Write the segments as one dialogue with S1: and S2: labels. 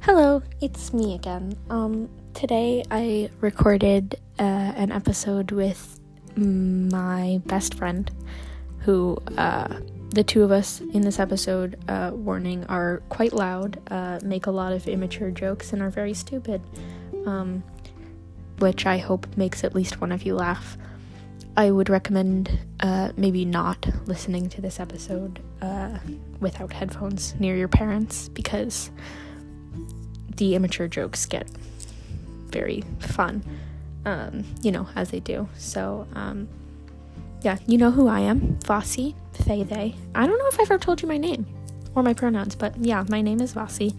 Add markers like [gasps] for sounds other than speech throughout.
S1: Hello, it's me again. Um, today I recorded uh, an episode with my best friend, who uh, the two of us in this episode, uh, warning, are quite loud, uh, make a lot of immature jokes, and are very stupid, um, which I hope makes at least one of you laugh. I would recommend uh, maybe not listening to this episode uh, without headphones near your parents because the immature jokes get very fun, um, you know, as they do. So, um, yeah, you know who I am Vasi, they, they. I don't know if I've ever told you my name or my pronouns, but yeah, my name is Vasi.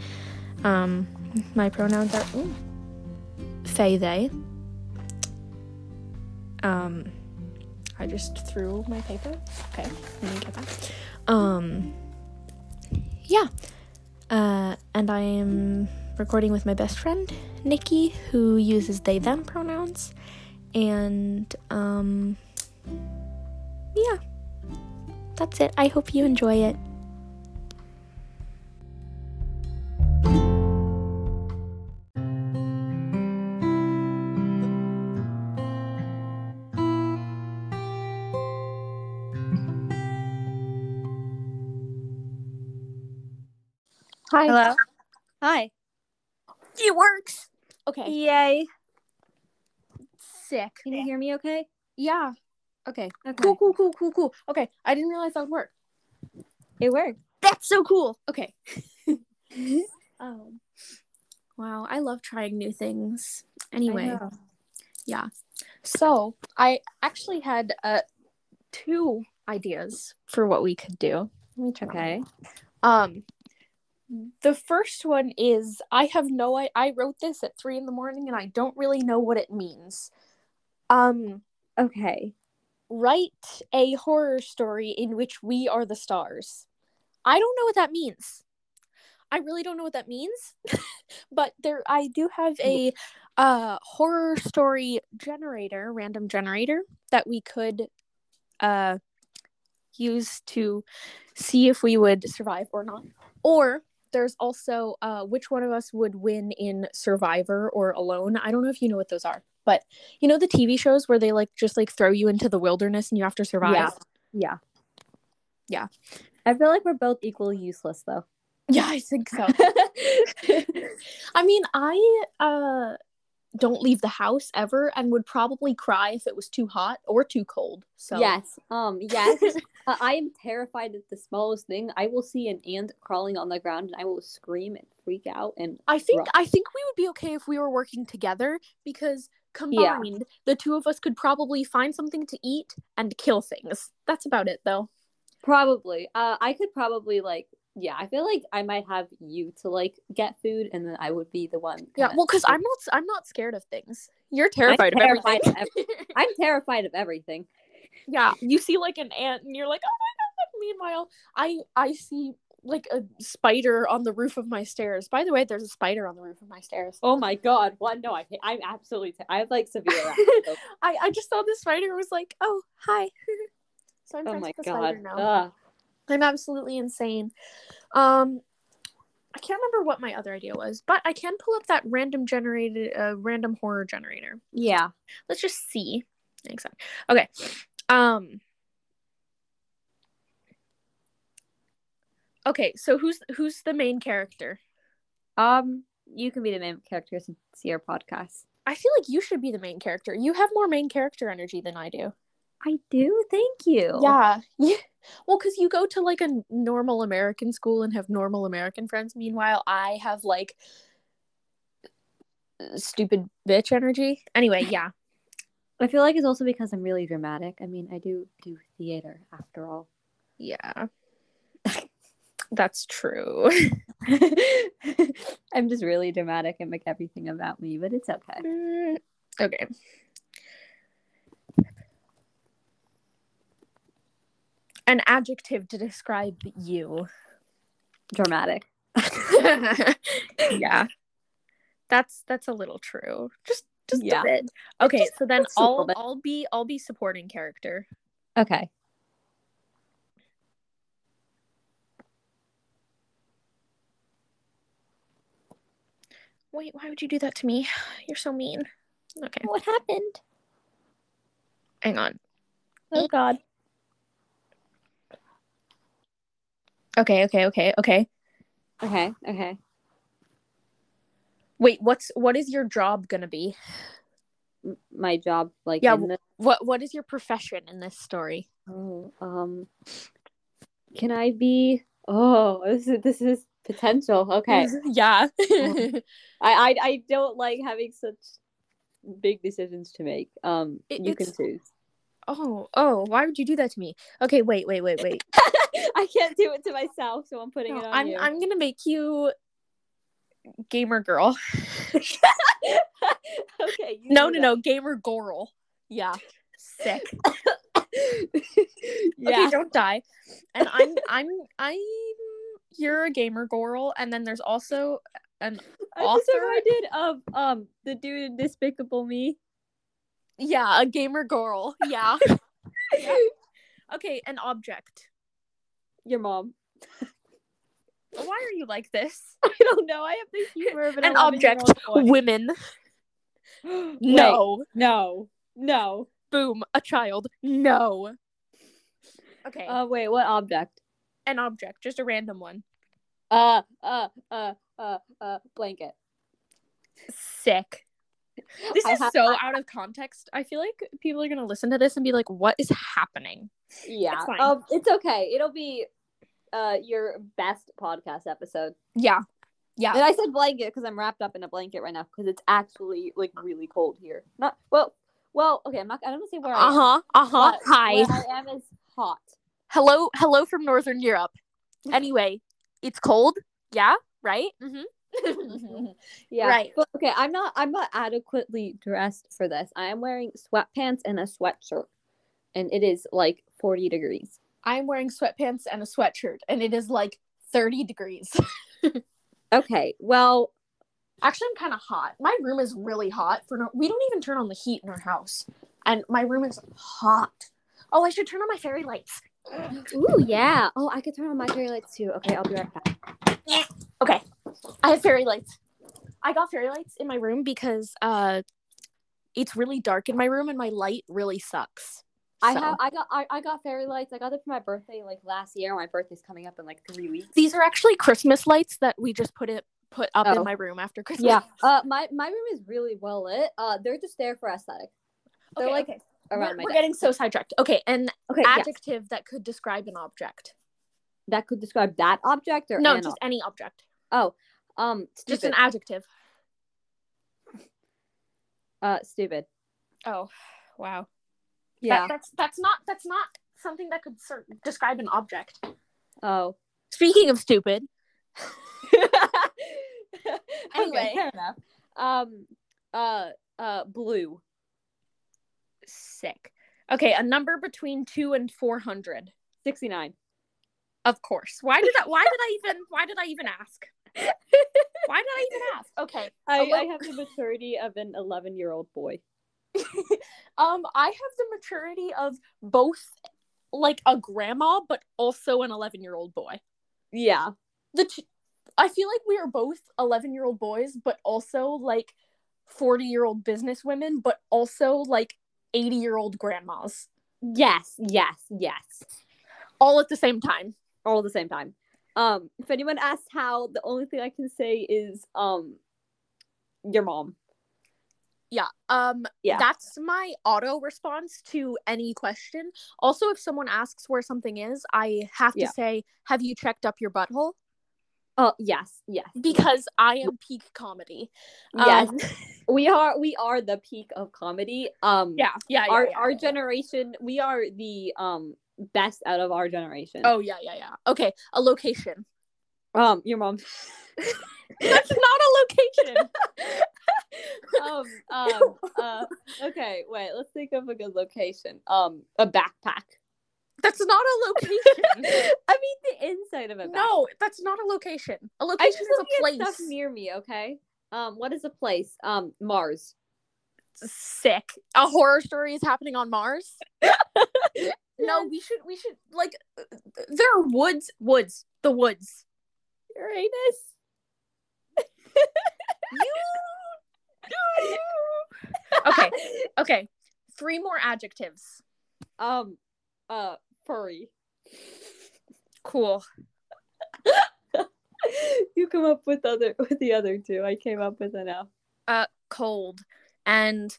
S1: Um, my pronouns are ooh, they, they. Um, I just threw my paper. Okay, let me get that. Um, yeah. Uh, and I am recording with my best friend, Nikki, who uses they them pronouns. And um, yeah, that's it. I hope you enjoy it. Hi.
S2: Hello. Hi.
S3: It works.
S1: Okay.
S2: Yay. Sick. Can you
S3: Yeah.
S2: hear me okay?
S1: Yeah. Okay.
S2: Okay.
S1: Cool, cool, cool, cool, cool. Okay. I didn't realize that would work.
S2: It worked.
S3: That's so cool.
S1: [laughs] Okay. Um, wow, I love trying new things.
S2: I
S1: Anyway,
S2: know.
S1: so I actually had uh, two ideas for what we could do. Let me check.
S2: Okay.
S1: Um, the first one is I have no. I I wrote this at three in the morning, and I don't really know what it means. Um,
S2: Okay.
S1: write a horror story in which we are the stars. I don't know what that means. I really don't know what that means, [laughs] but there I do have a uh, horror story generator, random generator that we could uh, use to see if we would survive or not. Or there's also uh, which one of us would win in Survivor or Alone. I don't know if you know what those are, but you know the TV shows where they like just like throw you into the wilderness and you have to survive.
S2: Yeah. Yeah.
S1: Yeah.
S2: I feel like we're both equally useless though.
S1: [laughs]
S2: [laughs]
S1: Yeah, I think so. I mean, I uh don't leave the house ever and would probably cry if it was too hot or too cold. So
S2: Yes. Um. Yes. [laughs] uh, I am terrified at the smallest thing. I will see an ant crawling on the ground, and I will scream and freak out. And
S1: I think
S2: Right.
S1: I think we would be okay if we were working together because combined the two of us could probably find something to eat and kill things. That's about it though.
S2: probably, uh, I could probably like, yeah. I feel like I might have you to like get food, and then I would be the one.
S1: Yeah,
S2: kinda- [laughs]
S1: well cuz I'm not I'm not scared of things. You're terrified of
S2: terrified of
S1: everything. [laughs]
S2: I'm terrified of everything.
S1: yeah you see like an ant and you're like oh my god meanwhile i i see like a spider on the roof of my stairs by the way there's a spider on the roof of my stairs
S2: Oh my god! What? No, I hate- I'm absolutely. T- I have like
S1: [laughs]
S2: severe. oh arachnophobia.
S1: i i just saw the spider and was like oh hi [laughs] so i'm
S2: oh
S1: friends
S2: my
S1: with the
S2: god!
S1: spider now
S2: Ugh.
S1: i'm absolutely insane um i can't remember what my other idea was but i can pull up that random generated uh, random horror generator
S2: Yeah.
S1: let's just see exactly okay um okay so who's who's the main character
S2: Um, you can be the main character since it's your podcast.
S1: i feel like you should be the main character you have more main character energy than i do
S2: I do. Thank you.
S1: yeah [laughs] yeah well because you go to like a normal american school and have normal american friends meanwhile i have like uh, stupid bitch energy anyway yeah
S2: I feel like it's also because I'm really dramatic. I mean, I do do theater after all.
S1: yeah [laughs] that's true [laughs]
S2: [laughs] I'm just really dramatic and make everything about me, but it's okay.
S1: Mm, okay. An adjective to describe you.
S2: Dramatic.
S1: [laughs] yeah. That's that's a little true. Just just
S2: Yeah.
S1: a bit. Okay, so then
S2: just a little
S1: I'll
S2: bit.
S1: I'll be I'll be supporting character.
S2: Okay.
S1: Wait, why would you do that to me? [sighs] You're so mean. Okay,
S4: What happened?
S1: hang on.
S4: Oh God.
S1: Okay, okay, okay, okay.
S2: Okay, okay.
S1: Wait, what's what is your job gonna be?
S2: M- my job, like,
S1: Yeah,
S2: in the-
S1: What what is your profession in this story?
S2: oh, um, can I be? Oh, [laughs] this is this is potential. Okay,
S1: [laughs]
S2: [laughs]
S1: yeah.
S2: Oh. I I, I don't like having such big decisions to make. Um,
S1: It-
S2: you can
S1: it's-
S2: choose. [laughs]
S1: oh, oh, why would you do that to me? Okay, wait, wait, wait, wait.
S2: I can't do it to myself, so I'm putting
S1: No,
S2: it on
S1: I'm
S2: you.
S1: I'm gonna make you gamer girl.
S2: [laughs]
S1: [laughs]
S2: okay. You
S1: No,
S2: do
S1: no, no, gamer girl. Yeah. [laughs] Sick.
S2: that.
S1: Okay,
S2: [laughs] yeah.
S1: don't die. And I'm I'm I'm you're a gamer girl, and then there's also
S2: I just
S1: author-
S2: reminded of um the dude in Despicable Me.
S1: yeah, a gamer girl. [laughs] Yeah. Okay, an object.
S2: Your mom. [laughs]
S1: Why are you like [laughs] this?
S2: I don't know. I have the humor of an,
S1: An object. [laughs]
S2: 11-year-old boy.
S1: Women.
S2: Wait,
S1: [gasps] No.
S2: no, no.
S1: Boom. A child. No. Um, Okay.
S2: Uh, wait, what object?
S1: an object, just a random one.
S2: Uh, uh, uh, uh, uh, blanket.
S1: Sick. This
S2: I
S1: is
S2: have-
S1: so out of context. I feel like people are gonna listen to this and be like, "What is happening?"
S2: Yeah.
S1: It's fine.
S2: Um, it's okay. It'll be uh your best podcast episode.
S1: Yeah. Yeah.
S2: And I said blanket because I'm wrapped up in a blanket right now because it's actually like really cold here. Not well. Well, okay. I'm not. I don't wanna say where I
S1: Uh
S2: am.
S1: huh. Uh huh.
S2: But
S1: Hi.
S2: Where I am is hot.
S1: Hello. Hello from Northern Europe. Anyway, it's cold. Yeah. Right. Mm-hmm.
S2: [laughs] yeah.
S1: Right.
S2: But, okay. I'm not. I'm not adequately dressed for this. I am wearing sweatpants and a sweatshirt, and it is like 40 degrees.
S1: I'm wearing sweatpants and a sweatshirt, and it is like 30 degrees. [laughs]
S2: Okay. Well,
S1: Actually, I'm kind of hot. My room is really hot. For no, we don't even turn on the heat in our house, and my room is hot. Oh, I should turn on my fairy lights.
S2: ooh, yeah. Oh, I could turn on my fairy lights too. Okay, I'll be right back.
S1: I have fairy lights. I got fairy lights in my room because uh, it's really dark in my room, and my light really sucks.
S2: I
S1: So-
S2: have. I got. I, I got fairy lights. I got them for my birthday like last year. My birthday's coming up in like three weeks.
S1: These are actually Christmas lights that we just put it put up
S2: Oh.
S1: in my room after Christmas. [laughs]
S2: yeah. [laughs] Uh, my my room is really well lit. Uh, they're just there for aesthetic. They're
S1: Okay,
S2: like
S1: okay.
S2: around
S1: we're,
S2: my
S1: we're
S2: desk.
S1: getting so sidetracked. Okay, [laughs] an
S2: Okay. yeah.
S1: adjective that could describe an object.
S2: That could describe that object or
S1: no,
S2: an
S1: just any object.
S2: ob- um
S1: Just
S2: stupid.
S1: an adjective.
S2: uh stupid.
S1: Oh, wow.
S2: Yeah.
S1: That, that's that's not that's not something that could cer- describe an object.
S2: Oh. [laughs]
S1: Speaking of stupid,
S2: anyway,
S1: Anyway.
S2: fair enough. Um, uh, uh, blue.
S1: sick. Okay, a number between two and four hundred.
S2: Sixty-nine.
S1: Of course. Why did I? Why did I even? Why did I even ask? Why did I even ask? Okay.
S2: I,
S1: well-
S2: I have the maturity of an eleven-year-old boy.
S1: Um, I have the maturity of both, like a grandma, but also an eleven-year-old boy.
S2: Yeah.
S1: The t- I feel like we are both eleven-year-old boys, but also like forty-year-old businesswomen, but also like eighty-year-old grandmas,
S2: Yes. Yes. Yes.
S1: all at the same time.
S2: All at the same time. Um, if anyone asks how, the only thing I can say is um, your mom.
S1: Yeah. Um
S2: Yeah.
S1: that's my auto response to any question. Also, if someone asks where something is, I have to
S2: Yeah.
S1: say, have you checked up your butthole?
S2: Oh yes, yes,
S1: Because I am peak comedy. [laughs]
S2: yes.
S1: Um,
S2: we are we are the peak of comedy. Um,
S1: yeah, yeah, yeah.
S2: our
S1: yeah,
S2: our
S1: yeah.
S2: generation we are the um best out of our generation
S1: Oh yeah, yeah, yeah. Okay, a
S2: [laughs]
S1: location.
S2: um your mom
S1: That's not a location.
S2: [laughs] um um uh, okay wait let's think of a good location um a [laughs] backpack
S1: [laughs] That's not a location.
S2: [laughs] i mean the inside of a backpack.
S1: no, that's not a location. A
S2: i'm
S1: location
S2: just
S1: is a
S2: looking at
S1: place.
S2: stuff near me okay um what is a place um mars
S1: Sick. A horror story is happening on Mars. No, we should we should like uh, there are woods, woods, the woods.
S2: uranus
S1: You do.
S2: [laughs]
S1: okay. Okay. Three more adjectives.
S2: Um, uh, furry. [laughs]
S1: Cool.
S2: you come up with other with the other two. I came up with an F.
S1: Uh, cold and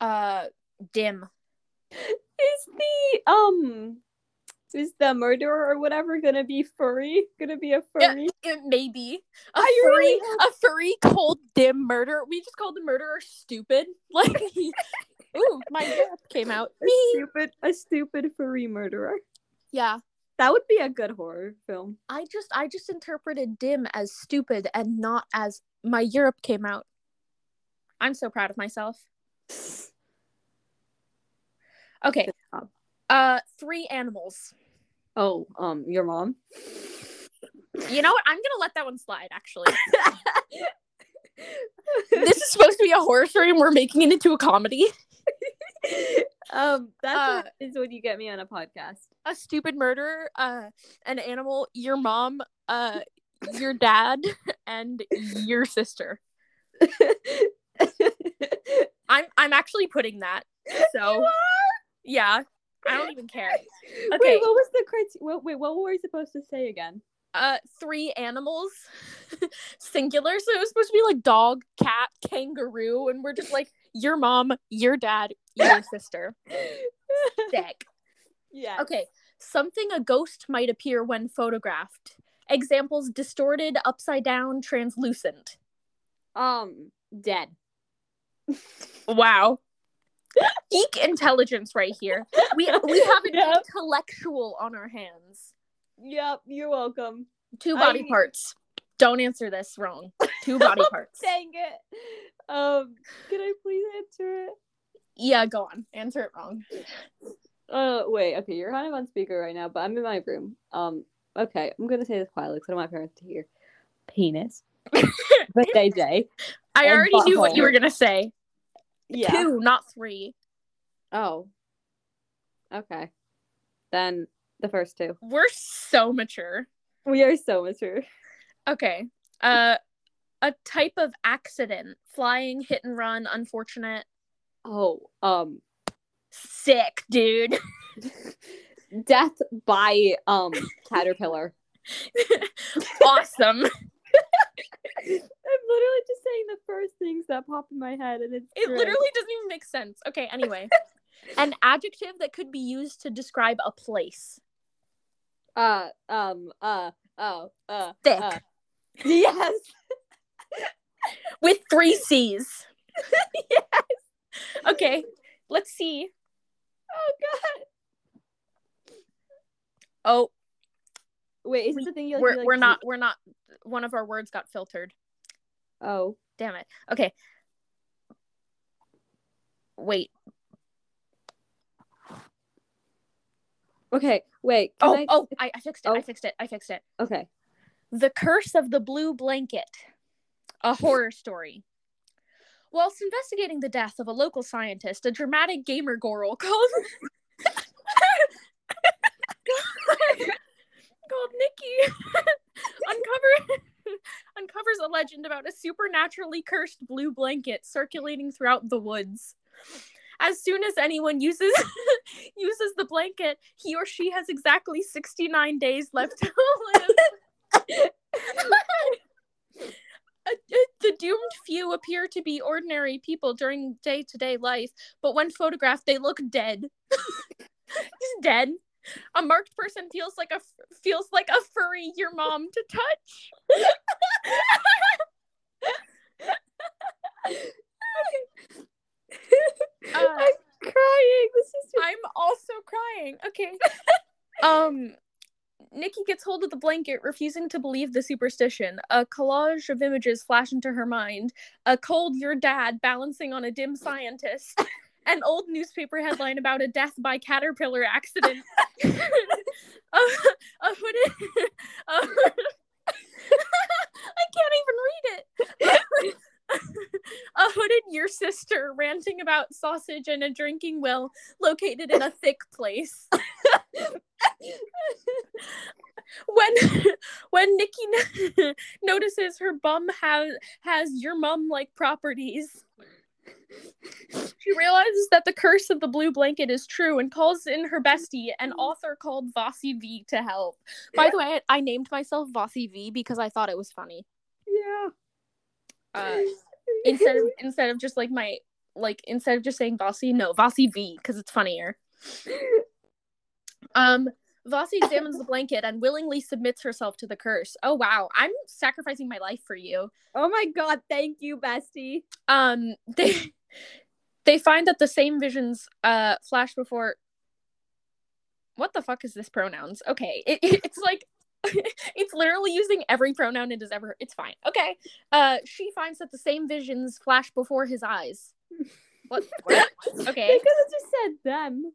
S1: uh dim.
S2: Is the um is the murderer or whatever gonna be furry? Gonna be a furry?
S1: It may be a
S2: I
S1: furry,
S2: really
S1: a furry cold dim murder. We just called the murderer stupid. Like, [laughs] he- ooh, my breath came out.
S2: A stupid a stupid furry murderer.
S1: Yeah,
S2: That would be a good horror film.
S1: I just, I just interpreted dim as stupid and not as my Europe came out. I'm so proud of myself. Okay,
S2: job.
S1: uh, three animals.
S2: Oh, um, your mom.
S1: You know what? I'm gonna let that one slide. [laughs] Actually, this is supposed to be a horror story, and we're making it into a comedy.
S2: [laughs] um,
S1: Uh,
S2: that is what you get me on a podcast.
S1: [laughs] a stupid murder, uh, an animal, your mom, uh, your dad, [laughs] and your sister. I'm I'm actually putting that. [laughs] So yeah, I don't even care. Okay.
S2: Wait, what was the criteria? What, wait, what were we supposed to say again?
S1: Uh, three animals, [laughs] singular. So it was supposed to be like dog, cat, kangaroo, and we're just like your mom, your dad, [laughs] your sister. Sick.
S2: yeah.
S1: Okay. Something a ghost might appear when photographed. Examples distorted, upside down, translucent.
S2: Um, dead.
S1: Wow. Geek intelligence right here. We
S2: [laughs]
S1: [laughs] we have an
S2: Yep.
S1: intellectual on our hands.
S2: Yep. You're welcome.
S1: Two body
S2: I-
S1: parts. Don't answer this wrong. Two [laughs] body parts.
S2: Dang it. Um, can I please answer it?
S1: yeah, go on. Answer it wrong.
S2: Uh, wait. Okay, you're kind of on speaker right now, but I'm in my room. Um, okay, I'm gonna say this quietly because I don't want my parents to hear. [laughs] Penis. but they day.
S1: I
S2: And
S1: already knew what you
S2: butthole.
S1: were gonna say.
S2: Yeah.
S1: Two, not three.
S2: Oh. Okay. Then the first two.
S1: We're so mature.
S2: We are so mature.
S1: Okay. Uh a type of accident. Flying, hit and run, unfortunate.
S2: Oh, um, [laughs]
S1: Sick, dude. [laughs]
S2: death by um caterpillar.
S1: awesome.
S2: [laughs] I'm literally just saying the first things that pop in my head, and it's
S1: It
S2: true.
S1: literally doesn't even make sense. Okay,
S2: [laughs]
S1: anyway. An adjective that could be used to describe a place.
S2: uh um uh oh uh
S1: Thick.
S2: Uh. yes [laughs]
S1: With three C's. Okay, let's see.
S2: oh god
S1: Oh,
S2: wait is
S1: We-
S2: this the thing you like,
S1: we're,
S2: you, like,
S1: we're not, we're not, one of our words got filtered.
S2: oh
S1: Damn it. Okay. Wait.
S2: okay wait can
S1: Oh,
S2: I-
S1: oh, I, I fixed it. I
S2: Oh.
S1: fixed it. I fixed it.
S2: okay
S1: The Curse of the Blue Blanket, a horror story. Whilst investigating the death of a local scientist, a dramatic gamer girl called called Nikki uncover, uncovers a legend about a supernaturally cursed blue blanket circulating throughout the woods. As soon as anyone uses [laughs] uses the blanket, he or she has exactly 69 days left to live. [laughs] Uh, uh, the doomed few appear to be ordinary people during day to day life, but when photographed, they look dead. [laughs] Just dead. A marked person feels like a f- feels like a furry your mom to touch. [laughs]
S2: [laughs]
S1: Uh,
S2: i'm crying this is just
S1: [laughs] I'm also crying. Okay. Um Nikki gets hold of the blanket, refusing to believe the superstition. A collage of images flash into her mind. A cold your dad balancing on a dim scientist. An old newspaper headline about a death by caterpillar accident. [laughs] a, a hooded [laughs] a- I can't even read it. [laughs] a hooded your sister ranting about sausage and a drinking well located in a thick place. when [laughs] when Nikki [laughs] no- notices her bum has has your mum like properties. She realizes that the curse of the blue blanket is true and calls in her bestie, an author called Vossi V, to help. By the way, I named myself Vossi V because I thought it was funny.
S2: Yeah. [laughs]
S1: Uh, instead of instead of just like my like instead of just saying Vossi, no, Vossi V because it's funnier. Um, Vossi examines the blanket and willingly submits herself to the curse. Oh wow, I'm sacrificing my life for you.
S2: oh my god, thank you, bestie.
S1: Um, [laughs] they they find that the same visions uh flash before. What the fuck is this pronouns? Okay, it, [laughs] it- it's like. it's literally using every pronoun it has ever. It's fine. Okay. Uh, she finds that the same visions flash before his eyes.
S2: [laughs]
S1: What? what? Okay.
S2: They could have just said them.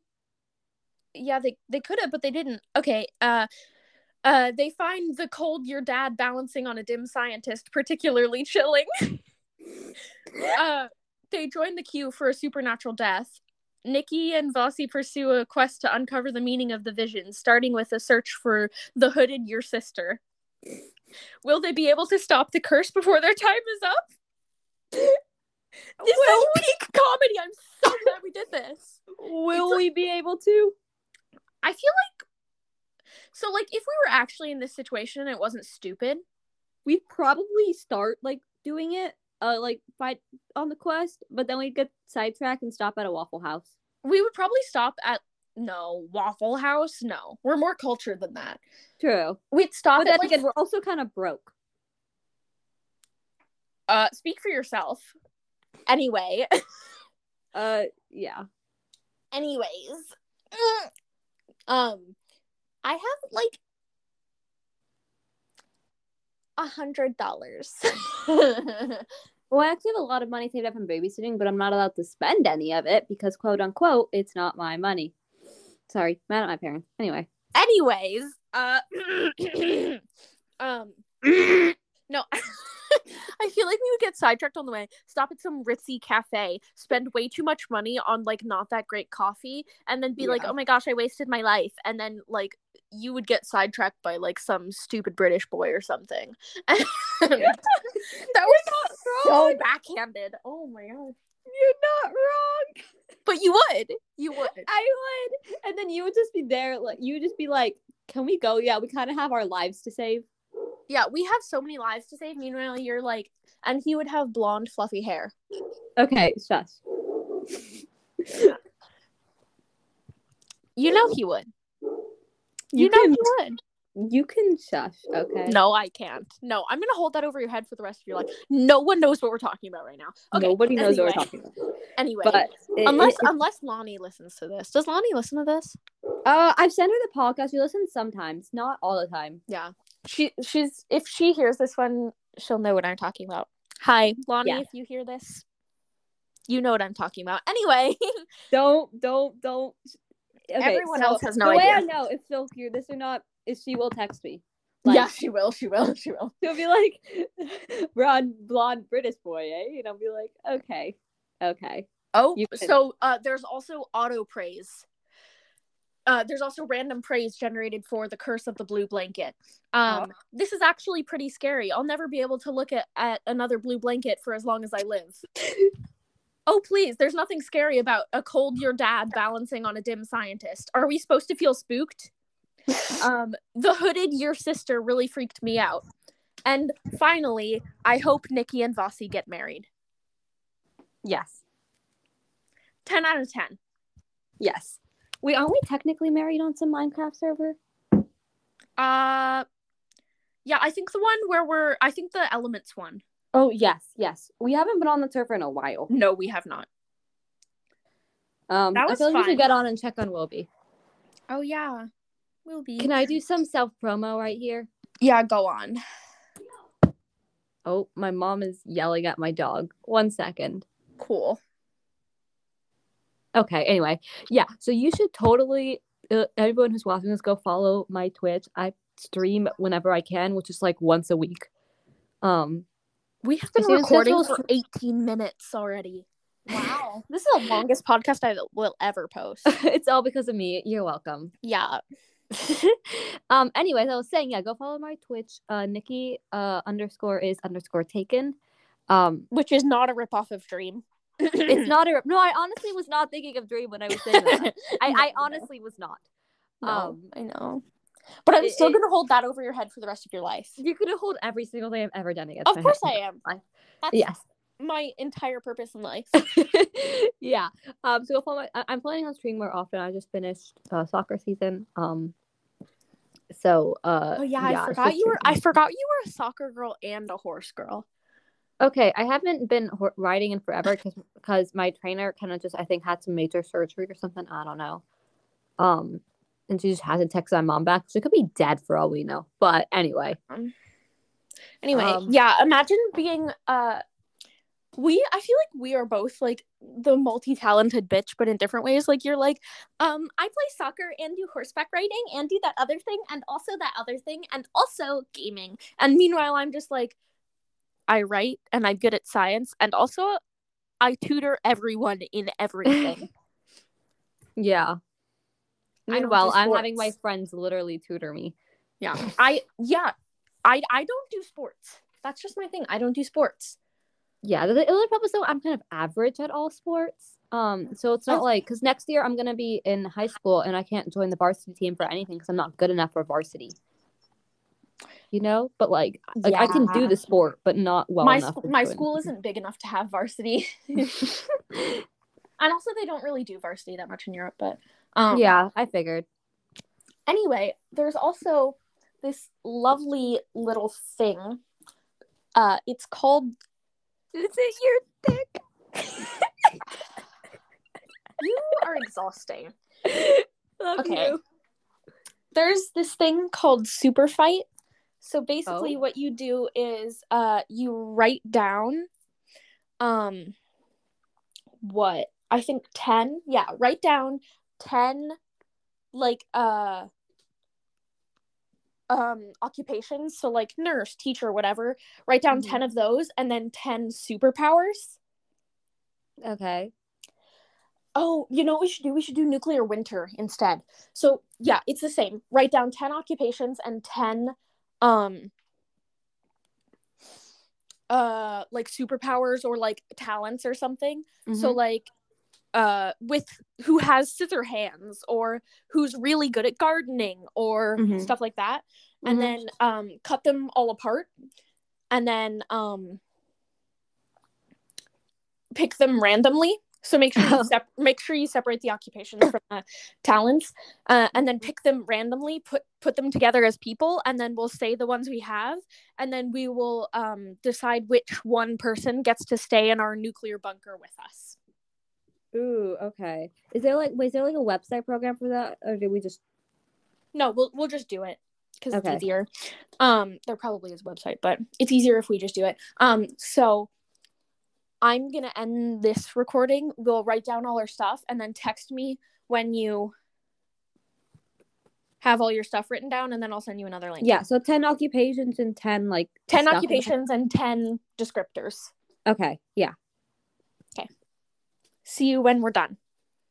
S1: yeah they they could have but they didn't okay uh uh they find the cold your dad balancing on a dim scientist particularly [laughs] chilling uh they join the queue for a supernatural death nikki and vossi pursue a quest to uncover the meaning of the vision starting with a search for the hooded your sister will they be able to stop the curse before their time is up [laughs] this
S2: Will-
S1: is peak comedy i'm so glad we did this
S2: Will we be able to?
S1: I feel like so like if we were actually in this situation and it wasn't stupid,
S2: We'd probably start like doing it, uh, like fight on the quest, but then we'd get sidetracked and stop at a Waffle House.
S1: we would probably stop at no Waffle House. No, we're more cultured than that.
S2: True.
S1: We'd stop
S2: But
S1: at
S2: then
S1: like,
S2: again, we're also kind of broke.
S1: uh, speak for yourself. Anyway, [laughs]
S2: Uh, yeah.
S1: anyways, [clears throat] Mm. um, I have like a hundred dollars. [laughs]
S2: Well, I actually have a lot of money saved up from babysitting, but I'm not allowed to spend any of it because, quote unquote, it's not my money. Sorry, mad at my parents. Anyway,
S1: anyways uh um no [laughs] i feel like we would get sidetracked on the way stop at some ritzy cafe spend way too much money on like not that great coffee and then be like
S2: Yeah.
S1: oh my gosh i wasted my life and then like you would get sidetracked by like some stupid british boy or something [laughs] [laughs] that was so backhanded oh my god
S2: you're not wrong.
S1: but you would you would
S2: I would, and then you would just be there. Like you would just be like, "Can we go? Yeah, we kind of have our lives to save."
S1: yeah we have so many lives to save meanwhile you're like and he would have blonde fluffy hair
S2: Okay, shush.
S1: You know he would. You,
S2: You
S1: know
S2: can,
S1: he would.
S2: you can shush. Okay.
S1: No, I can't. No, I'm gonna hold that over your head for the rest of your life. No one knows what we're talking about right now. Okay.
S2: Nobody knows what we're
S1: anyway.
S2: talking about.
S1: Anyway,
S2: But it-
S1: unless
S2: it-
S1: unless Lonnie listens to this, does Lonnie listen to this?
S2: uh, I've sent her the podcast. She listens sometimes, not all the time.
S1: Yeah. She she's if she hears this one, she'll know what I'm talking about. Hi, Lonnie,
S2: Yeah.
S1: if you hear this, you know what I'm talking about. Anyway, [laughs]
S2: Don't, don't, don't. Okay,
S1: Everyone
S2: so
S1: else has no
S2: the way
S1: idea.
S2: I know if she'll hear this or not is she will text me.
S1: she will. She will. She will.
S2: She'll be like, [laughs] blonde, blonde British boy, eh? And I'll be like, okay, okay.
S1: Oh,
S2: You can-
S1: so uh, there's also auto praise. Uh, there's also random praise generated for the curse of the blue blanket.
S2: Ah.
S1: Um, This is actually pretty scary. I'll never be able to look at, at another blue blanket for as long as
S2: [laughs]
S1: I live. oh, please. There's nothing scary about a cold your dad balancing on a dim scientist. Are we supposed to
S2: [laughs]
S1: feel spooked? um, the hooded your sister really freaked me out. And finally, I hope Nikki and Vossi get married.
S2: Yes,
S1: 10 out of 10.
S2: yes. Wait, aren't we technically married on some Minecraft server?
S1: Uh yeah, I think the one where we're I think the elements one.
S2: Oh, yes, yes. We haven't been on the server in a while.
S1: No, we have not.
S2: Um,
S1: That
S2: I
S1: was
S2: feel like we
S1: fun.
S2: should get on and check on Wilby.
S1: Oh yeah. Will be.
S2: Can I do some self promo right here?
S1: yeah, go on.
S2: Oh, my mom is yelling at my dog. One second.
S1: Cool.
S2: Okay, anyway. Yeah, so you should totally, uh, everyone who's watching this, go follow my Twitch. I stream whenever I can, which is like once a week. Um, [laughs]
S1: We have
S2: been recording for
S1: 18 minutes already. [laughs] Wow. [laughs] this is the longest podcast I will ever post.
S2: it's all because of me. You're welcome. [laughs]
S1: Yeah.
S2: um, anyways, I was saying, yeah, go follow my Twitch. Uh, Nikki uh, underscore is underscore taken. Um,
S1: which is not a ripoff of Dream. [laughs]
S2: it's not a no. I honestly was not thinking of Dream when I was saying that. I, I honestly was not.
S5: No,
S2: Um,
S5: I know.
S1: But I'm
S2: It-
S1: still
S2: it-
S1: gonna hold that over your head for the rest of your life.
S2: You're gonna hold every single thing I've ever done against.
S1: Of
S2: my
S1: course I
S2: head.
S1: am.
S2: Fine.
S1: That's
S2: Yes.
S1: my entire purpose in life. [laughs]
S2: [laughs] yeah. Um. So if I'm, I- I'm planning on streaming more often. I just finished uh, soccer season. Um. So. Uh,
S1: Oh yeah, I
S2: it's
S1: forgot
S2: just
S1: you were I
S2: streaming.
S1: forgot you were a soccer girl and a horse girl.
S2: Okay, I haven't been ho- riding in forever because my trainer kind of just I think had some major surgery or something. I don't know. Um, and she just hasn't texted my mom back. She could be dead for all we know. But anyway,
S1: Anyway,
S2: Um,
S1: yeah, imagine being uh we I feel like we are both like the multi-talented bitch but in different ways. Like you're like, um I play soccer and do horseback riding and do that other thing and also that other thing and also gaming. And meanwhile I'm just like I write and I'm good at science and also I tutor everyone
S2: [laughs]
S1: in everything.
S2: yeah.
S1: I don't do
S2: Meanwhile, I'm having my
S1: sports.
S2: friends literally tutor me.
S1: Yeah. I yeah. I I don't do sports. That's just my thing. I don't do sports.
S2: Yeah, the, the Illinois Public School, I'm kind of average at all sports. Um, so it's not
S1: That's-
S2: like because next year I'm gonna be in high school and I can't join the varsity team for anything because I'm not good enough for varsity. You know, but like, like I can do
S1: Yeah.
S2: the sport, but not well
S1: my
S2: enough.
S1: sc-
S2: to
S1: my
S2: join.
S1: school isn't big enough to have varsity. [laughs] and also they don't really do varsity that much in Europe, but um
S2: yeah, I figured.
S1: anyway, there's also this lovely little thing. Uh it's called
S2: Is it your
S1: [laughs] You are exhausting.
S2: Love
S1: Okay. there's this thing called super fight so basically
S2: Oh.
S1: what you do is uh you write down um what i think 10 yeah write down 10 like uh um occupations so like nurse teacher whatever write down
S2: Mhm.
S1: 10 of those and then 10 superpowers
S2: Okay.
S1: Oh, you know what we should do? We should do nuclear winter instead. So yeah, it's the same. Write down ten occupations and ten um uh like superpowers or like talents or something. So
S2: Mhm.
S1: like uh with who has scissor hands or who's really good at gardening or
S2: Mhm.
S1: stuff like that. And
S2: Mhm.
S1: then um cut them all apart and then um pick them randomly. So make sure you sep- make sure you separate the occupations from the talents, uh, and then pick them randomly. Put put them together as people, and then we'll say the ones we have, and then we will um, decide which one person gets to stay in our nuclear bunker with us.
S2: Ooh, okay. Is there like, wait, is there like a website program for that, or do we just?
S1: No, we'll we'll just do it because
S2: Okay.
S1: it's easier. Um, there probably is a website, but it's easier if we just do it. Um, so I'm gonna end this recording. We'll write down all our stuff and then text me when you have all your stuff written down, and then I'll send you another link.
S2: Yeah. So ten occupations and ten like
S1: ten
S2: stuff.
S1: occupations and ten descriptors.
S2: Okay. Yeah.
S1: See you when we're done.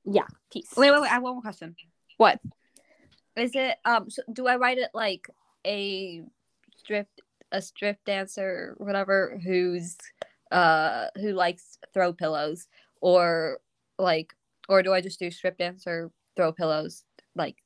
S2: Yeah.
S1: peace.
S2: Wait, wait, wait. I have one more question.
S1: What?
S2: Is it um so do I write it like a strip a strip dancer or whatever who's uh who likes throw pillows or like or do I just do strip dancer throw pillows like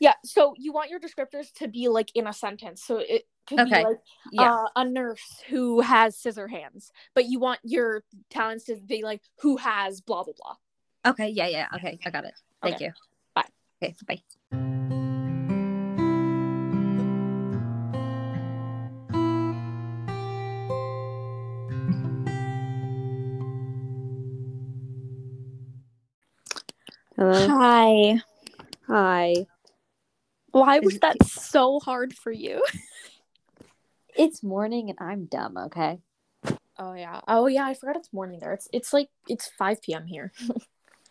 S1: Yeah. So you want your descriptors to be like in a sentence. So it could
S2: Okay.
S1: be like
S2: yeah
S1: uh, a nurse who has scissor hands, but you want your talents to be like who has blah blah blah.
S2: okay yeah yeah okay I got it thank
S1: Okay.
S2: you
S1: Bye.
S2: okay bye
S1: Hi.
S2: hi
S1: Why
S2: was
S1: that so hard for you?
S2: it's morning and I'm dumb okay
S1: Oh yeah. Oh yeah. I forgot it's morning there. It's it's like it's five p.m. here.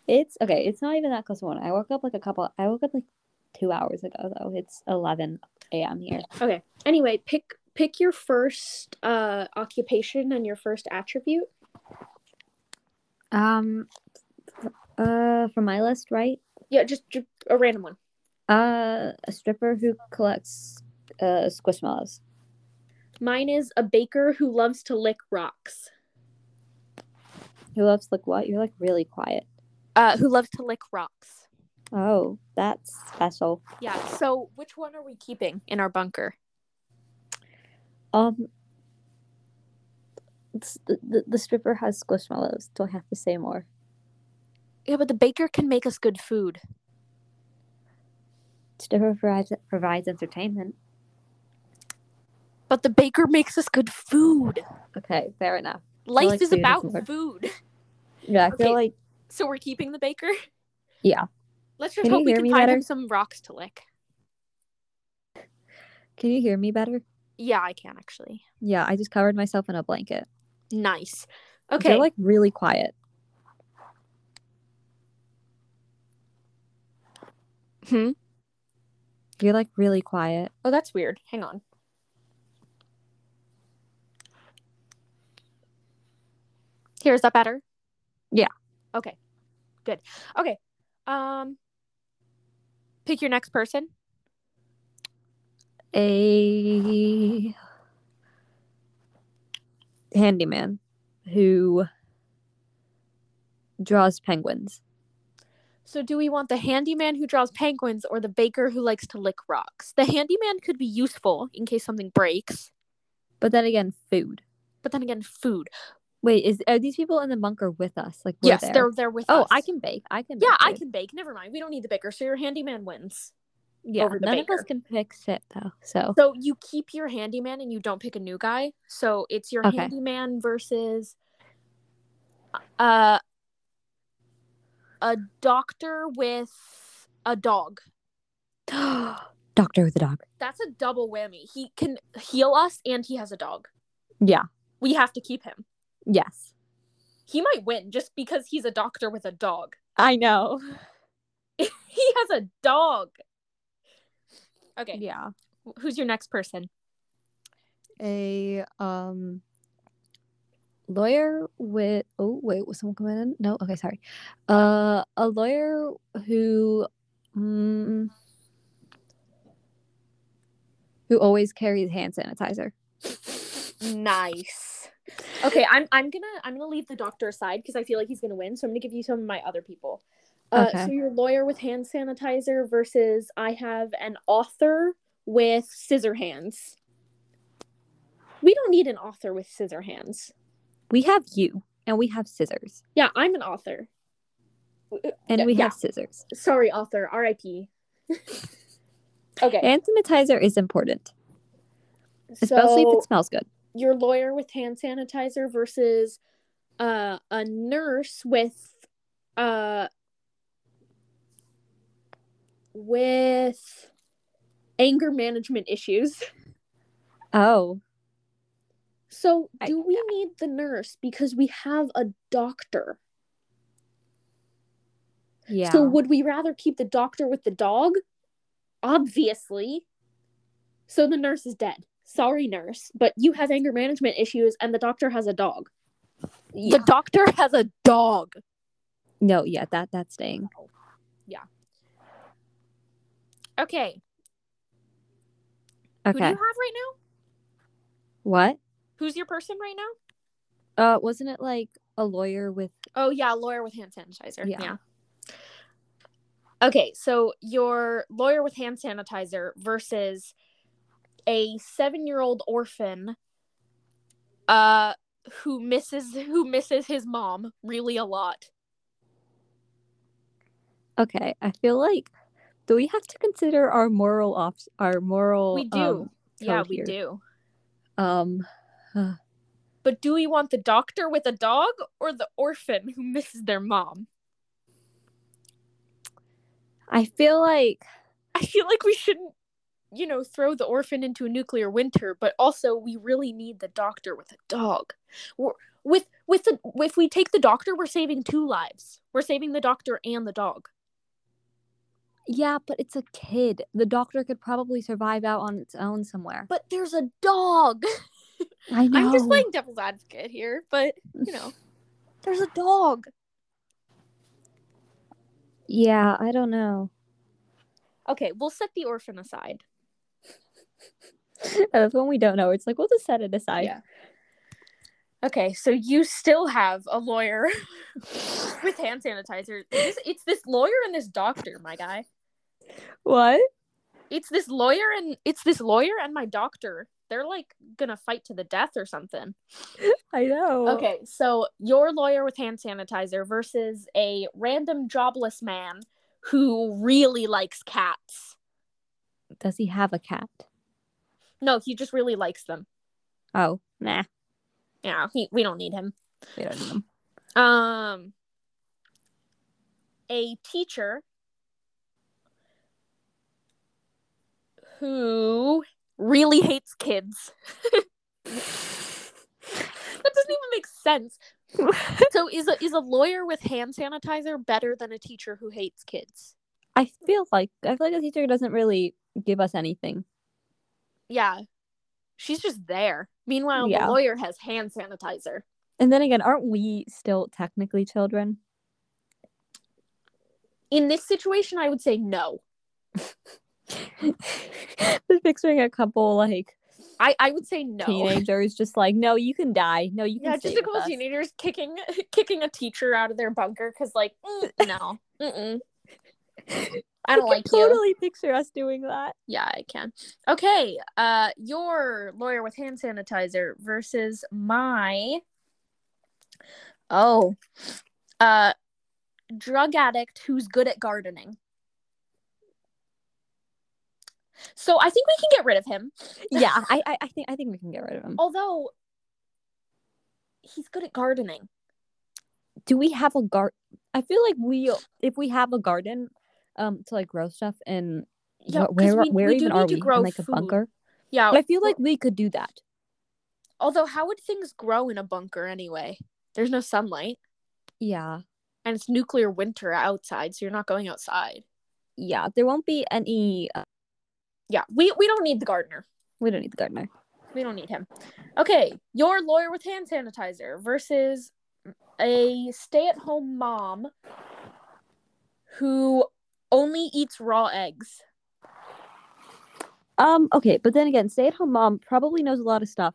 S2: It's okay. It's not even that close to one. I woke up like a couple. I woke up like two hours ago though. It's eleven a.m. here.
S1: Okay. Anyway, pick pick your first uh occupation and your first attribute.
S2: Um, uh, from my list, right?
S1: Yeah, just, just a random one.
S2: Uh, a stripper who collects uh, squishmallows.
S1: Mine is a baker who loves to lick rocks.
S2: Who loves like what? You're like really quiet.
S1: Uh, who loves to lick rocks.
S2: Oh, that's special.
S1: Yeah. So, which one are we keeping in our bunker?
S2: Um, it's- the, the, the stripper has squishmallows. Do I have to say more?
S1: Yeah, but the baker can make us good food.
S2: Stripper provides, provides entertainment.
S1: But the baker makes us good food.
S2: Okay, fair enough.
S1: Life
S2: like
S1: is
S2: food as
S1: about
S2: well.
S1: food. [laughs]
S2: Yeah, I feel
S1: Okay.
S2: like
S1: So we're keeping the baker.
S2: Yeah.
S1: Let's just
S2: Can you
S1: hope we
S2: hear
S1: can
S2: me
S1: find
S2: better?
S1: him some rocks to lick.
S2: can you hear me better?
S1: Yeah, I can actually.
S2: Yeah, I just covered myself in a blanket.
S1: Nice.
S2: You're
S1: Okay.
S2: like really quiet.
S1: Hmm?
S2: You're like really quiet.
S1: oh, that's weird. Hang on. Here, is that better?
S2: Yeah.
S1: Okay. Good. Okay. Um pick your next person.
S2: A handyman who draws penguins.
S1: So, do we want the handyman who draws penguins or the baker who likes to lick rocks? The handyman could be useful in case something breaks,
S2: But then again, food.
S1: but then again, food.
S2: Wait, is are these people in the bunker with us? Like we're
S1: yes,
S2: there?
S1: they're they're with
S2: Oh,
S1: us.
S2: I can bake. I can.
S1: Yeah,
S2: bake
S1: I
S2: food.
S1: can bake. Never mind. We don't need the baker, so your handyman wins.
S2: Yeah,
S1: over the
S2: none of us
S1: baker.
S2: can pick shit though.
S1: [gasps]
S2: So [gasps]
S1: So you keep your handyman and you don't pick a new guy. So it's your
S2: Okay.
S1: handyman versus uh a doctor with a dog.
S2: doctor with a dog.
S1: That's a double whammy. He can heal us and he has a dog.
S2: Yeah.
S1: We have to keep him.
S2: Yes,
S1: he might win just because he's a doctor with a dog. [laughs]
S2: I know.
S1: he has a dog. Okay,
S2: Yeah.
S1: wh- who's your next person?
S2: a um lawyer with oh wait was someone coming in no okay sorry uh a lawyer who mm, who always carries hand sanitizer
S1: Nice. Okay, I'm I'm gonna I'm gonna leave the doctor aside because I feel like he's gonna win. So I'm gonna give you some of my other people. Uh,
S2: Okay.
S1: So your lawyer with hand sanitizer versus I have an author with scissor hands. We don't need an author with scissor hands.
S2: we have you and we have scissors
S1: Yeah, I'm an author.
S2: and
S1: Yeah,
S2: we
S1: yeah.
S2: have scissors
S1: Sorry, author. [laughs] R.I.P. okay,
S2: hand sanitizer is important especially if it smells good
S1: your lawyer with hand sanitizer versus uh, a nurse with uh, with anger management issues.
S2: oh
S1: So,
S2: I-
S1: do we need the nurse because we have a doctor?
S2: yeah
S1: So, would we rather keep the doctor with the dog? Obviously. So the nurse is dead. Sorry, nurse, but you have anger management issues, and the doctor has a dog. The doctor has a dog.
S2: no yeah that that's staying
S1: Okay. Who do
S2: okay
S1: you have right now?
S2: what
S1: Who's your person right now?
S2: uh wasn't it like a lawyer with
S1: Oh yeah, lawyer with hand sanitizer.
S2: Yeah.
S1: Yeah. Okay, so your lawyer with hand sanitizer versus a seven-year-old orphan, uh, who misses who misses his mom really a lot.
S2: Okay, I feel like do we have to consider our moral off our moral
S1: We do.
S2: um,
S1: yeah,
S2: code
S1: we
S2: here?
S1: do.
S2: Um
S1: But do we want the doctor with a dog or the orphan who misses their mom?
S2: I feel like
S1: [laughs] I feel like we shouldn't, you know, throw the orphan into a nuclear winter, but also we really need the doctor with a dog. We're, with with the if we take the doctor, we're saving two lives. We're saving the doctor and the dog.
S2: yeah, but it's a kid. The doctor could probably survive out on its own somewhere.
S1: But there's a dog. [laughs]
S2: I know.
S1: I'm just playing devil's advocate here, but [laughs] you know, [sighs] there's a dog.
S2: [laughs] Yeah, I don't know.
S1: Okay, we'll set the orphan aside.
S2: That's when we don't know. It's like we'll just set it aside.
S1: Yeah. Okay, so you still have a lawyer [laughs] with hand sanitizer. This, it's this lawyer and this doctor, my guy.
S2: What?
S1: It's this lawyer and it's this lawyer and my doctor. They're like gonna fight to the death or something.
S2: I know.
S1: Okay, so your lawyer with hand sanitizer versus a random jobless man who really likes cats.
S2: Does he have a cat?
S1: No, he just really likes them.
S2: Oh, nah.
S1: Yeah, he, we don't need him.
S2: We don't need him.
S1: Um, a teacher who really hates kids. [laughs] that doesn't even make sense. so is a is a lawyer with hand sanitizer better than a teacher who hates kids?
S2: I feel like I feel like the teacher doesn't really give us anything.
S1: Yeah. She's just there. Meanwhile,
S2: Yeah.
S1: the lawyer has hand sanitizer.
S2: And then again, aren't we still technically children?
S1: In this situation, I would say no.
S2: [laughs] just picturing a couple like
S1: I, I would say no.
S2: teenagers just like, no, you can die. No, you can
S1: Yeah, just
S2: stay
S1: a couple
S2: with
S1: of
S2: us." [laughs]
S1: teenagers kicking [laughs] kicking a teacher out of their bunker because like
S2: [laughs]
S1: mm, no, mm-mm. I don't
S2: can
S1: like you.
S2: totally picture us doing that.
S1: Yeah, I can. Okay, uh, your lawyer with hand sanitizer versus my oh, uh, drug addict who's good at gardening. So I think we can get rid of him.
S2: [laughs] Yeah, I, I, I think I think we can get rid of him.
S1: Although he's good at gardening.
S2: Do we have a garden? I feel like we if we have a garden, um, to like grow stuff and
S1: Yeah,
S2: wh-
S1: 'cause
S2: where
S1: we,
S2: where
S1: we do
S2: even
S1: need
S2: are
S1: to
S2: we
S1: grow
S2: in like
S1: food. Oh,
S2: a bunker?
S1: Yeah.
S2: But I feel like we could do that.
S1: although, how would things grow in a bunker anyway? There's no sunlight,
S2: Yeah,
S1: and it's nuclear winter outside, so you're not going outside.
S2: yeah. There won't be any. Uh,
S1: Yeah, we we don't need the gardener.
S2: we don't need the gardener.
S1: We don't need him. Okay, your lawyer with hand sanitizer versus a stay-at-home mom who only eats raw eggs.
S2: Um. Okay, but then again, stay-at-home mom probably knows a lot of stuff.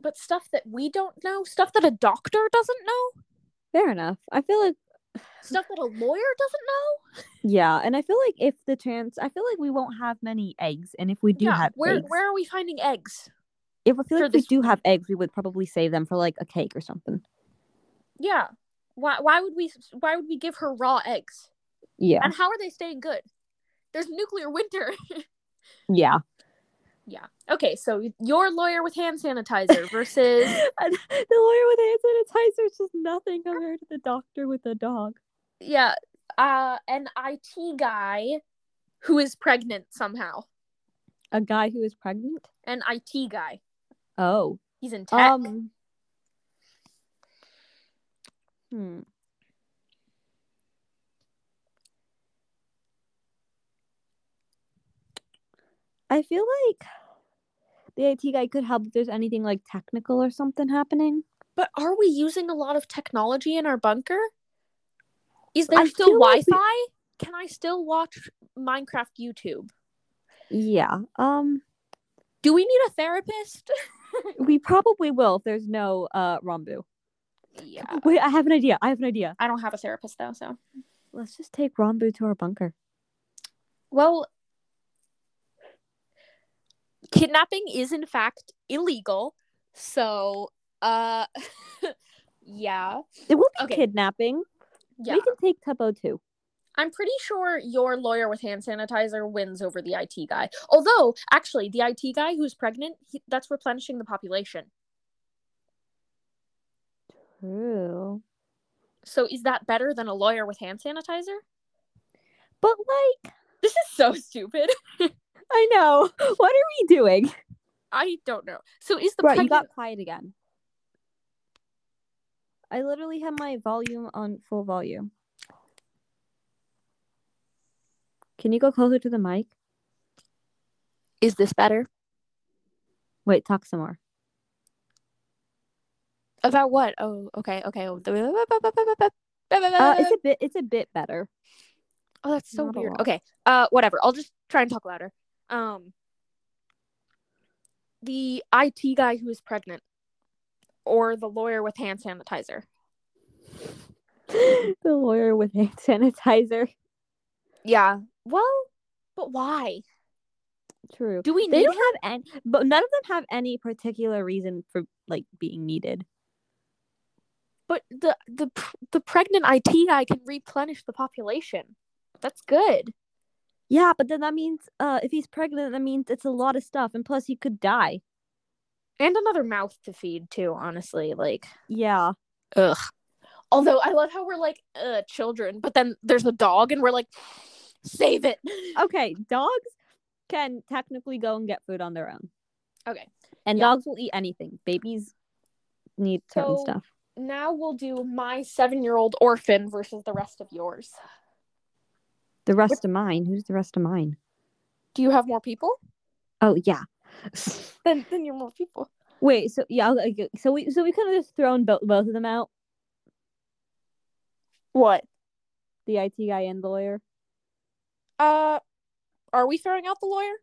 S1: But stuff that we don't know, stuff that a doctor doesn't know,
S2: Fair enough. I feel like
S1: stuff that a lawyer doesn't know.
S2: yeah, and I feel like if the chance, I feel like we won't have many eggs, and if we do have
S1: where
S2: eggs,
S1: where are we finding eggs?
S2: if I feel
S1: for
S2: like we
S1: this-
S2: do have eggs, we would probably save them for like a cake or something.
S1: Yeah. Why why would we why would we give her raw eggs?
S2: Yeah,
S1: And how are they staying good? There's nuclear winter. [laughs]
S2: yeah.
S1: yeah. Okay, so your lawyer with hand sanitizer [laughs] versus
S2: [laughs] And the lawyer with hand sanitizer is just nothing compared to the doctor with a dog.
S1: yeah, uh an IT guy who is pregnant somehow.
S2: A guy who is pregnant.
S1: An IT guy.
S2: Oh.
S1: He's in tech.
S2: Um. Hmm. I feel like the IT guy could help if there's anything like technical or something happening.
S1: but are we using a lot of technology in our bunker? Is there
S2: I
S1: still
S2: feel like
S1: Wi-Fi?
S2: we-
S1: Can I still watch Minecraft YouTube?
S2: Yeah. Um.
S1: Do we need a therapist?
S2: We probably will if there's no uh Rambu.
S1: [laughs] yeah.
S2: Wait, I have an idea. I have an idea.
S1: I don't have a therapist though, so.
S2: Let's just take Rambu to our bunker.
S1: Well, kidnapping is in fact illegal. So, uh [laughs] yeah.
S2: It will be
S1: Okay.
S2: kidnapping.
S1: Yeah.
S2: We can take Tubbo too.
S1: I'm pretty sure your lawyer with hand sanitizer wins over the IT guy. Although, actually, the IT guy who's pregnant, he, that's replenishing the population.
S2: True.
S1: So, is that better than a lawyer with hand sanitizer?
S2: But like,
S1: This is so [laughs] stupid.
S2: I know. What are we doing?
S1: I don't know. So, is the
S2: Right, you
S1: pregnant
S2: got quiet again. I literally have my volume on full volume. Can you go closer to the mic?
S1: Is this better?
S2: Wait, talk some more.
S1: About what? Oh, okay, okay. Uh,
S2: [laughs] Uh, it's a bit. It's a bit better.
S1: Oh, that's so
S2: Not a
S1: weird.
S2: lot.
S1: Okay. Uh whatever. I'll just try and talk louder. Um the IT guy who is pregnant or the lawyer with hand sanitizer.
S2: the lawyer with hand sanitizer.
S1: Yeah. Well, but why?
S2: True.
S1: Do we
S2: They
S1: need
S2: don't have any, but none of them have any particular reason for like being needed.
S1: but the the pr- the pregnant IT guy can replenish the population. That's good.
S2: Yeah, but then that means uh, if he's pregnant, that means it's a lot of stuff, and plus he could die.
S1: And another mouth to feed too, honestly. Like
S2: Yeah,
S1: ugh. Although I love how we're like uh children, but then there's a dog and we're like save it.
S2: okay, dogs can technically go and get food on their own.
S1: Okay.
S2: And
S1: Yeah.
S2: dogs will eat anything. Babies need certain
S1: So-
S2: stuff.
S1: Now we'll do my 7-year-old orphan versus the rest of yours.
S2: The rest of mine. Who's the rest of mine?
S1: Do you have more people?
S2: Oh yeah.
S1: [laughs]
S2: [laughs]
S1: Then then you're more people.
S2: Wait. So yeah. I'll- I'll- So we so we could have just thrown both both of them out.
S1: What?
S2: The IT guy and the lawyer.
S1: Uh are we throwing out the lawyer?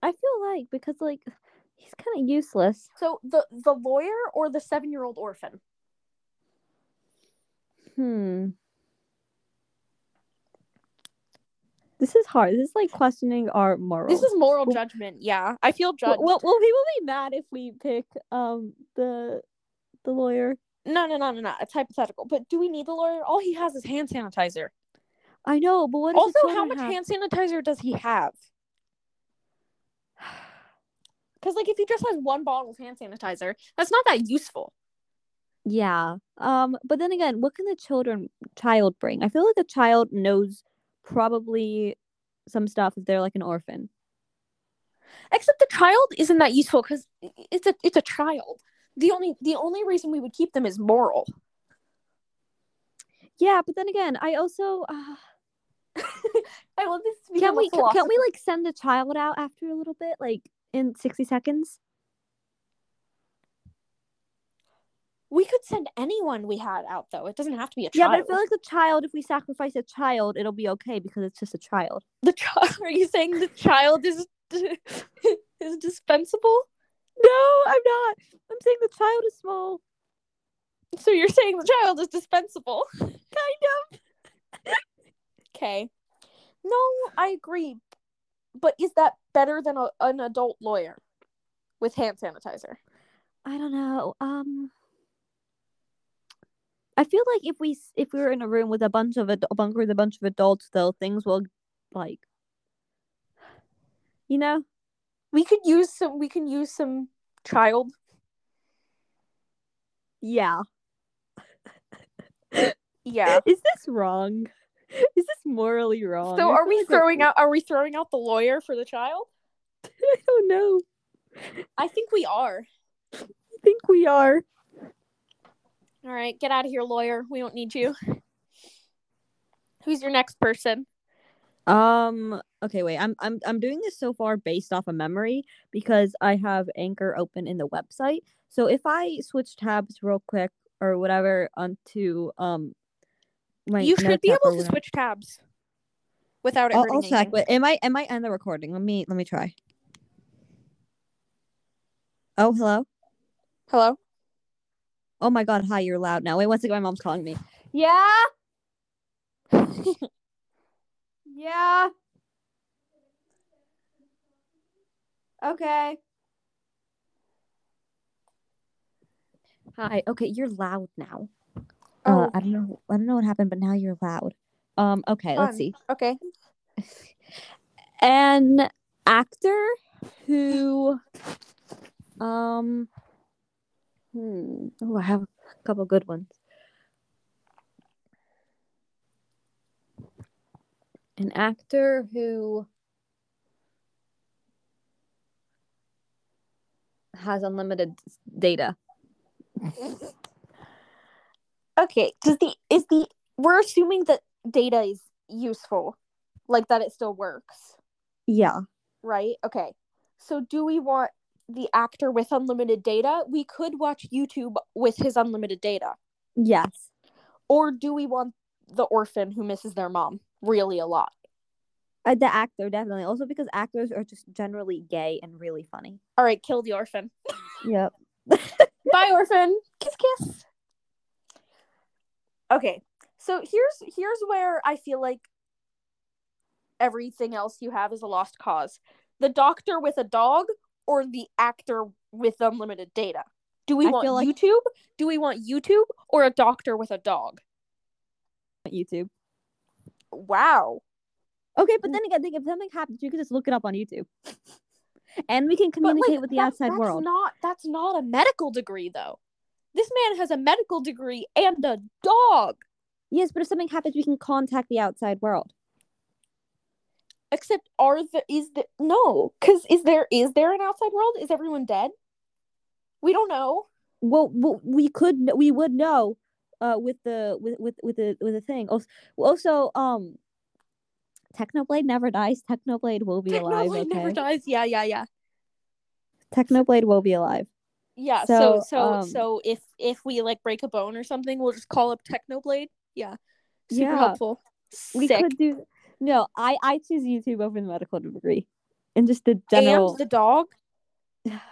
S2: I feel like because like he's kind of useless.
S1: So the the lawyer or the 7-year-old orphan?
S2: Hmm. This is hard. This is like questioning our morals.
S1: This is moral
S2: Well-
S1: judgment. Yeah. I feel
S2: Well,
S1: judged.
S2: well, will people be mad if we pick um the the lawyer?
S1: no, no, no, no, no. It's hypothetical. But do we need the lawyer? All he has is hand sanitizer.
S2: I know, but what? if the
S1: also, how
S2: children
S1: much
S2: have-
S1: hand sanitizer does he have? Because like, if he just has one bottle of hand sanitizer, that's not that useful.
S2: [sighs] Yeah. Um. But then again, what can the children child bring? I feel like the child knows probably some stuff if they're like an orphan.
S1: Except the child isn't that useful because it's a it's a child. The only the only reason we would keep them is moral.
S2: Yeah, but then again, I also uh,
S1: I love this.
S2: can
S1: to become a
S2: we can, can we
S1: philosophy.
S2: like send the child out after a little bit, like in sixty seconds?
S1: We could send anyone we had out though. It doesn't have to be a
S2: Yeah, but I
S1: child.
S2: feel like the child, if we sacrifice a child, it'll be okay because it's just a child.
S1: the child. [laughs] Are you saying the child is [laughs] is dispensable?
S2: No, I'm not. I'm saying the child is small.
S1: So you're saying the child is dispensable? kind of. okay. No, I agree. But is that better than a, an adult lawyer with hand sanitizer?
S2: I don't know. Um, I feel like if we s- if we were in a room with a bunch of ad- a bunker with a bunch of adults, though, things will like, you know,
S1: We could use some. We can use some child.
S2: yeah.
S1: Yeah.
S2: Is this wrong? [laughs] Is this morally wrong? [laughs]
S1: So
S2: I
S1: are
S2: feel
S1: we
S2: like
S1: throwing out? Are we throwing out the lawyer for the child?
S2: I don't know.
S1: I think we are.
S2: I think we are.
S1: All right, get out of here, lawyer. We don't need you. Who's your next person?
S2: Um. Okay. Wait. I'm. I'm. I'm doing this so far based off a memory because I have Anchor open in the website. So if I switch tabs real quick or whatever onto um, my
S1: you should be
S2: notes app or
S1: able to
S2: whatever-
S1: switch tabs without it
S2: I'll,
S1: hurting
S2: I'll check.
S1: anything.
S2: But am I? Am I end the recording? Let me. Let me try. Oh hello.
S1: Hello.
S2: Oh my God. Hi. You're loud now. Wait. One second. My mom's calling me.
S1: Yeah. yeah. Okay.
S2: Hi. Okay. You're loud now. Uh,
S1: Oh,
S2: I don't know. I don't know what happened, but now you're loud. Um. Okay.
S1: Fun.
S2: Let's see.
S1: okay.
S2: an actor who um hmm, oh i have a couple good ones an actor who has unlimited s- data
S1: Okay. Does the is the we're assuming that data is useful, like that it still works,
S2: yeah
S1: right? Okay. So do we want the actor with unlimited data? We could watch YouTube with his unlimited data,
S2: yes
S1: or do we want the orphan who misses their mom
S6: really a lot.
S2: Uh, the actor definitely. Also because actors are just generally gay and really funny.
S6: All right, kill the orphan.
S2: Yep.
S6: Bye, orphan. Kiss, kiss. Okay, so here's here's where I feel like everything else you have is a lost cause. The doctor with a dog, or the actor with unlimited data. Do we
S2: I
S6: want
S2: feel like-
S6: YouTube? Do we want YouTube or a doctor with a dog?
S2: [laughs] YouTube.
S6: Wow.
S2: Okay,
S6: Mm.
S2: but then again, think if something happens, you can just look it up on YouTube. [laughs] and we can
S6: But, like,
S2: communicate with the
S6: that-
S2: outside
S6: that's
S2: world.
S6: Not that's not a medical degree though. This man has a medical degree and a dog.
S2: Yes, but if something happens, we can contact the outside world.
S6: Except are the is the no? Because is there is there an outside world? Is everyone dead? We don't know.
S2: Well, well we could, kn- we would know, uh, with the with with with the with the thing. Also, also, um, Technoblade never dies. Technoblade will be alive.
S6: Technoblade
S2: Okay,
S6: never dies. Yeah, yeah, yeah,
S2: Technoblade will be alive.
S6: yeah. So so
S2: So,
S6: so,
S2: um,
S6: if if we like break a bone or something, we'll just call up Technoblade. Yeah, super
S2: Yeah.
S6: helpful.
S2: We
S6: Sick.
S2: could do. No, I I choose YouTube over the medical degree, and just the general.
S6: and the dog. [laughs]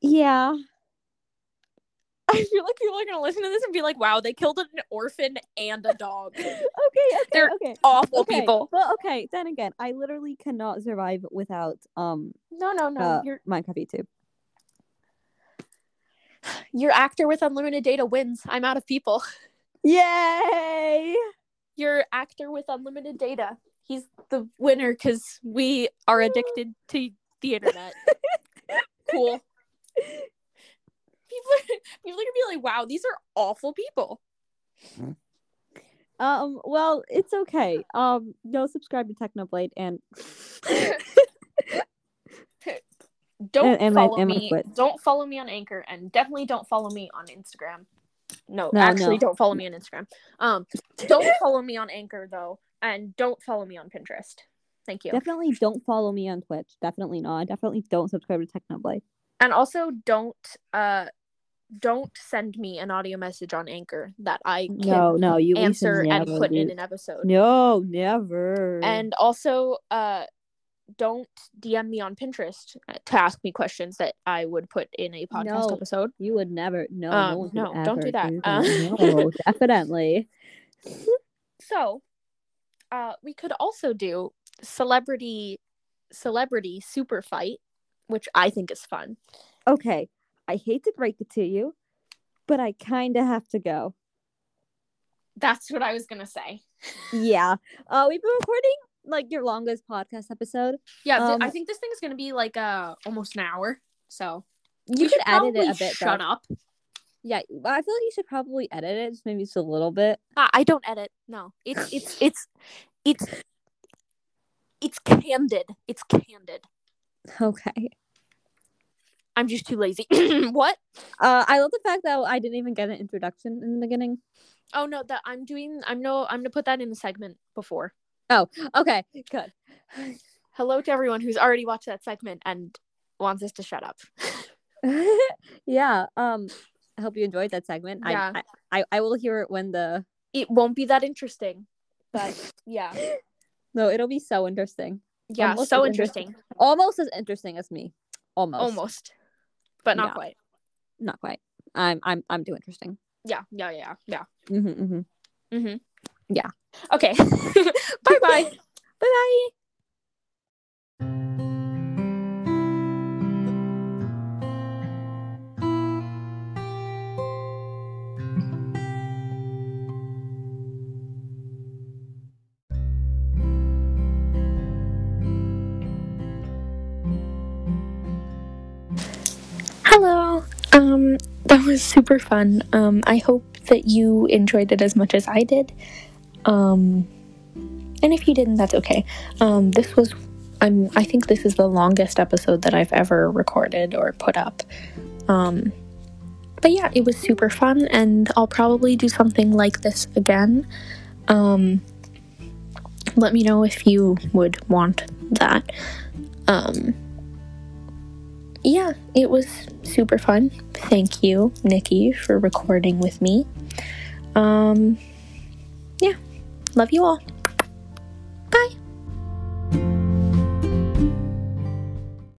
S2: Yeah. [laughs]
S1: I feel like people are gonna listen to this and be like, "Wow, they killed an orphan and a dog."
S2: okay. Okay.
S1: They're
S2: okay.
S1: Awful
S2: okay.
S1: people.
S2: Well, okay. Then again, I literally cannot survive without um
S6: No, no, no.
S2: uh,
S6: your
S2: Minecraft YouTube.
S6: your actor with unlimited data wins. I'm out of people.
S2: Yay!
S6: Your actor with unlimited data. He's the winner because we are addicted to the
S2: [laughs]
S6: internet. cool.
S1: People are, people are gonna be like, "Wow, these are awful people."
S2: Um. Well, it's okay. Um. Go subscribe to Technoblade
S1: [laughs]
S2: and
S1: Don't
S2: And- and my-
S1: follow
S2: and my
S1: me.
S2: foot.
S1: Don't follow me on Anchor, and definitely don't follow me on Instagram. No,
S2: No,
S1: actually,
S2: no.
S1: don't follow me on Instagram. Um, don't follow me on Anchor though, and don't follow me on Pinterest. Thank you.
S2: definitely don't follow me on Twitch. Definitely not. Definitely don't subscribe to Technoblade.
S1: and also don't uh don't send me an audio message on Anchor that I can
S2: No, no. You we should
S1: answer and
S2: never
S1: put in
S2: do-
S1: an episode.
S2: No, never.
S1: And also, uh, don't DM me on Pinterest uh, to ask me questions that I would put in a podcast
S2: No.
S1: episode.
S2: you would never. No,
S1: Um,
S2: no, one could
S1: no, don't do
S2: ever
S1: that. Uh, [laughs]
S2: no, definitely.
S1: So, uh, we could also do celebrity celebrity super fight, which I think is fun.
S2: Okay, I hate to break it to you, but I kind of have to go.
S1: That's what I was gonna say.
S2: Yeah. Uh, we've been recording like your longest podcast episode.
S1: Yeah, th-
S2: Um,
S1: I think this thing is gonna be like uh almost an hour. So
S2: You
S1: we
S2: could edit it
S1: probably
S2: a bit.
S1: Shut
S2: though.
S1: up.
S2: Yeah, well, I feel like you should probably edit it just maybe just a little bit. [laughs]
S1: Uh, I I don't edit. No,
S2: [sighs]
S1: it's it's it's it's it's candid. It's candid.
S2: Okay.
S1: I'm just too lazy. [clears throat] what?
S2: Uh, I love the fact that I didn't even get an introduction in the beginning.
S1: Oh no, that I'm doing. I'm no. I'm gonna put that in the segment before.
S2: Okay, good. [laughs]
S1: Hello to everyone who's already watched that segment and wants us to shut up.
S2: yeah. Um, I hope you enjoyed that segment. I-
S1: Yeah.
S2: I, I I will hear it when the
S1: It won't be that interesting, but yeah,
S2: [laughs] no. It'll be so interesting.
S1: yeah,
S2: Almost
S1: so
S2: as
S1: interesting.
S2: Almost as interesting as me. Almost.
S1: Almost, but not
S2: Yeah.
S1: quite.
S2: Not quite. I'm I'm I'm too interesting.
S1: Yeah, yeah, yeah, yeah.
S2: hmm hmm
S1: Okay, [laughs] bye, bye.
S2: Bye bye.
S5: Hello. Um, that was super fun. Um, I hope that you enjoyed it as much as I did. Um, and if you didn't, that's okay. Um, this was, I'm, I think this is the longest episode that I've ever recorded or put up. Um, but yeah, it was super fun, and I'll probably do something like this again. Um, let me know if you would want that. Um, yeah, it was super fun. Thank you, Nikki, for recording with me. Um, yeah, love you all.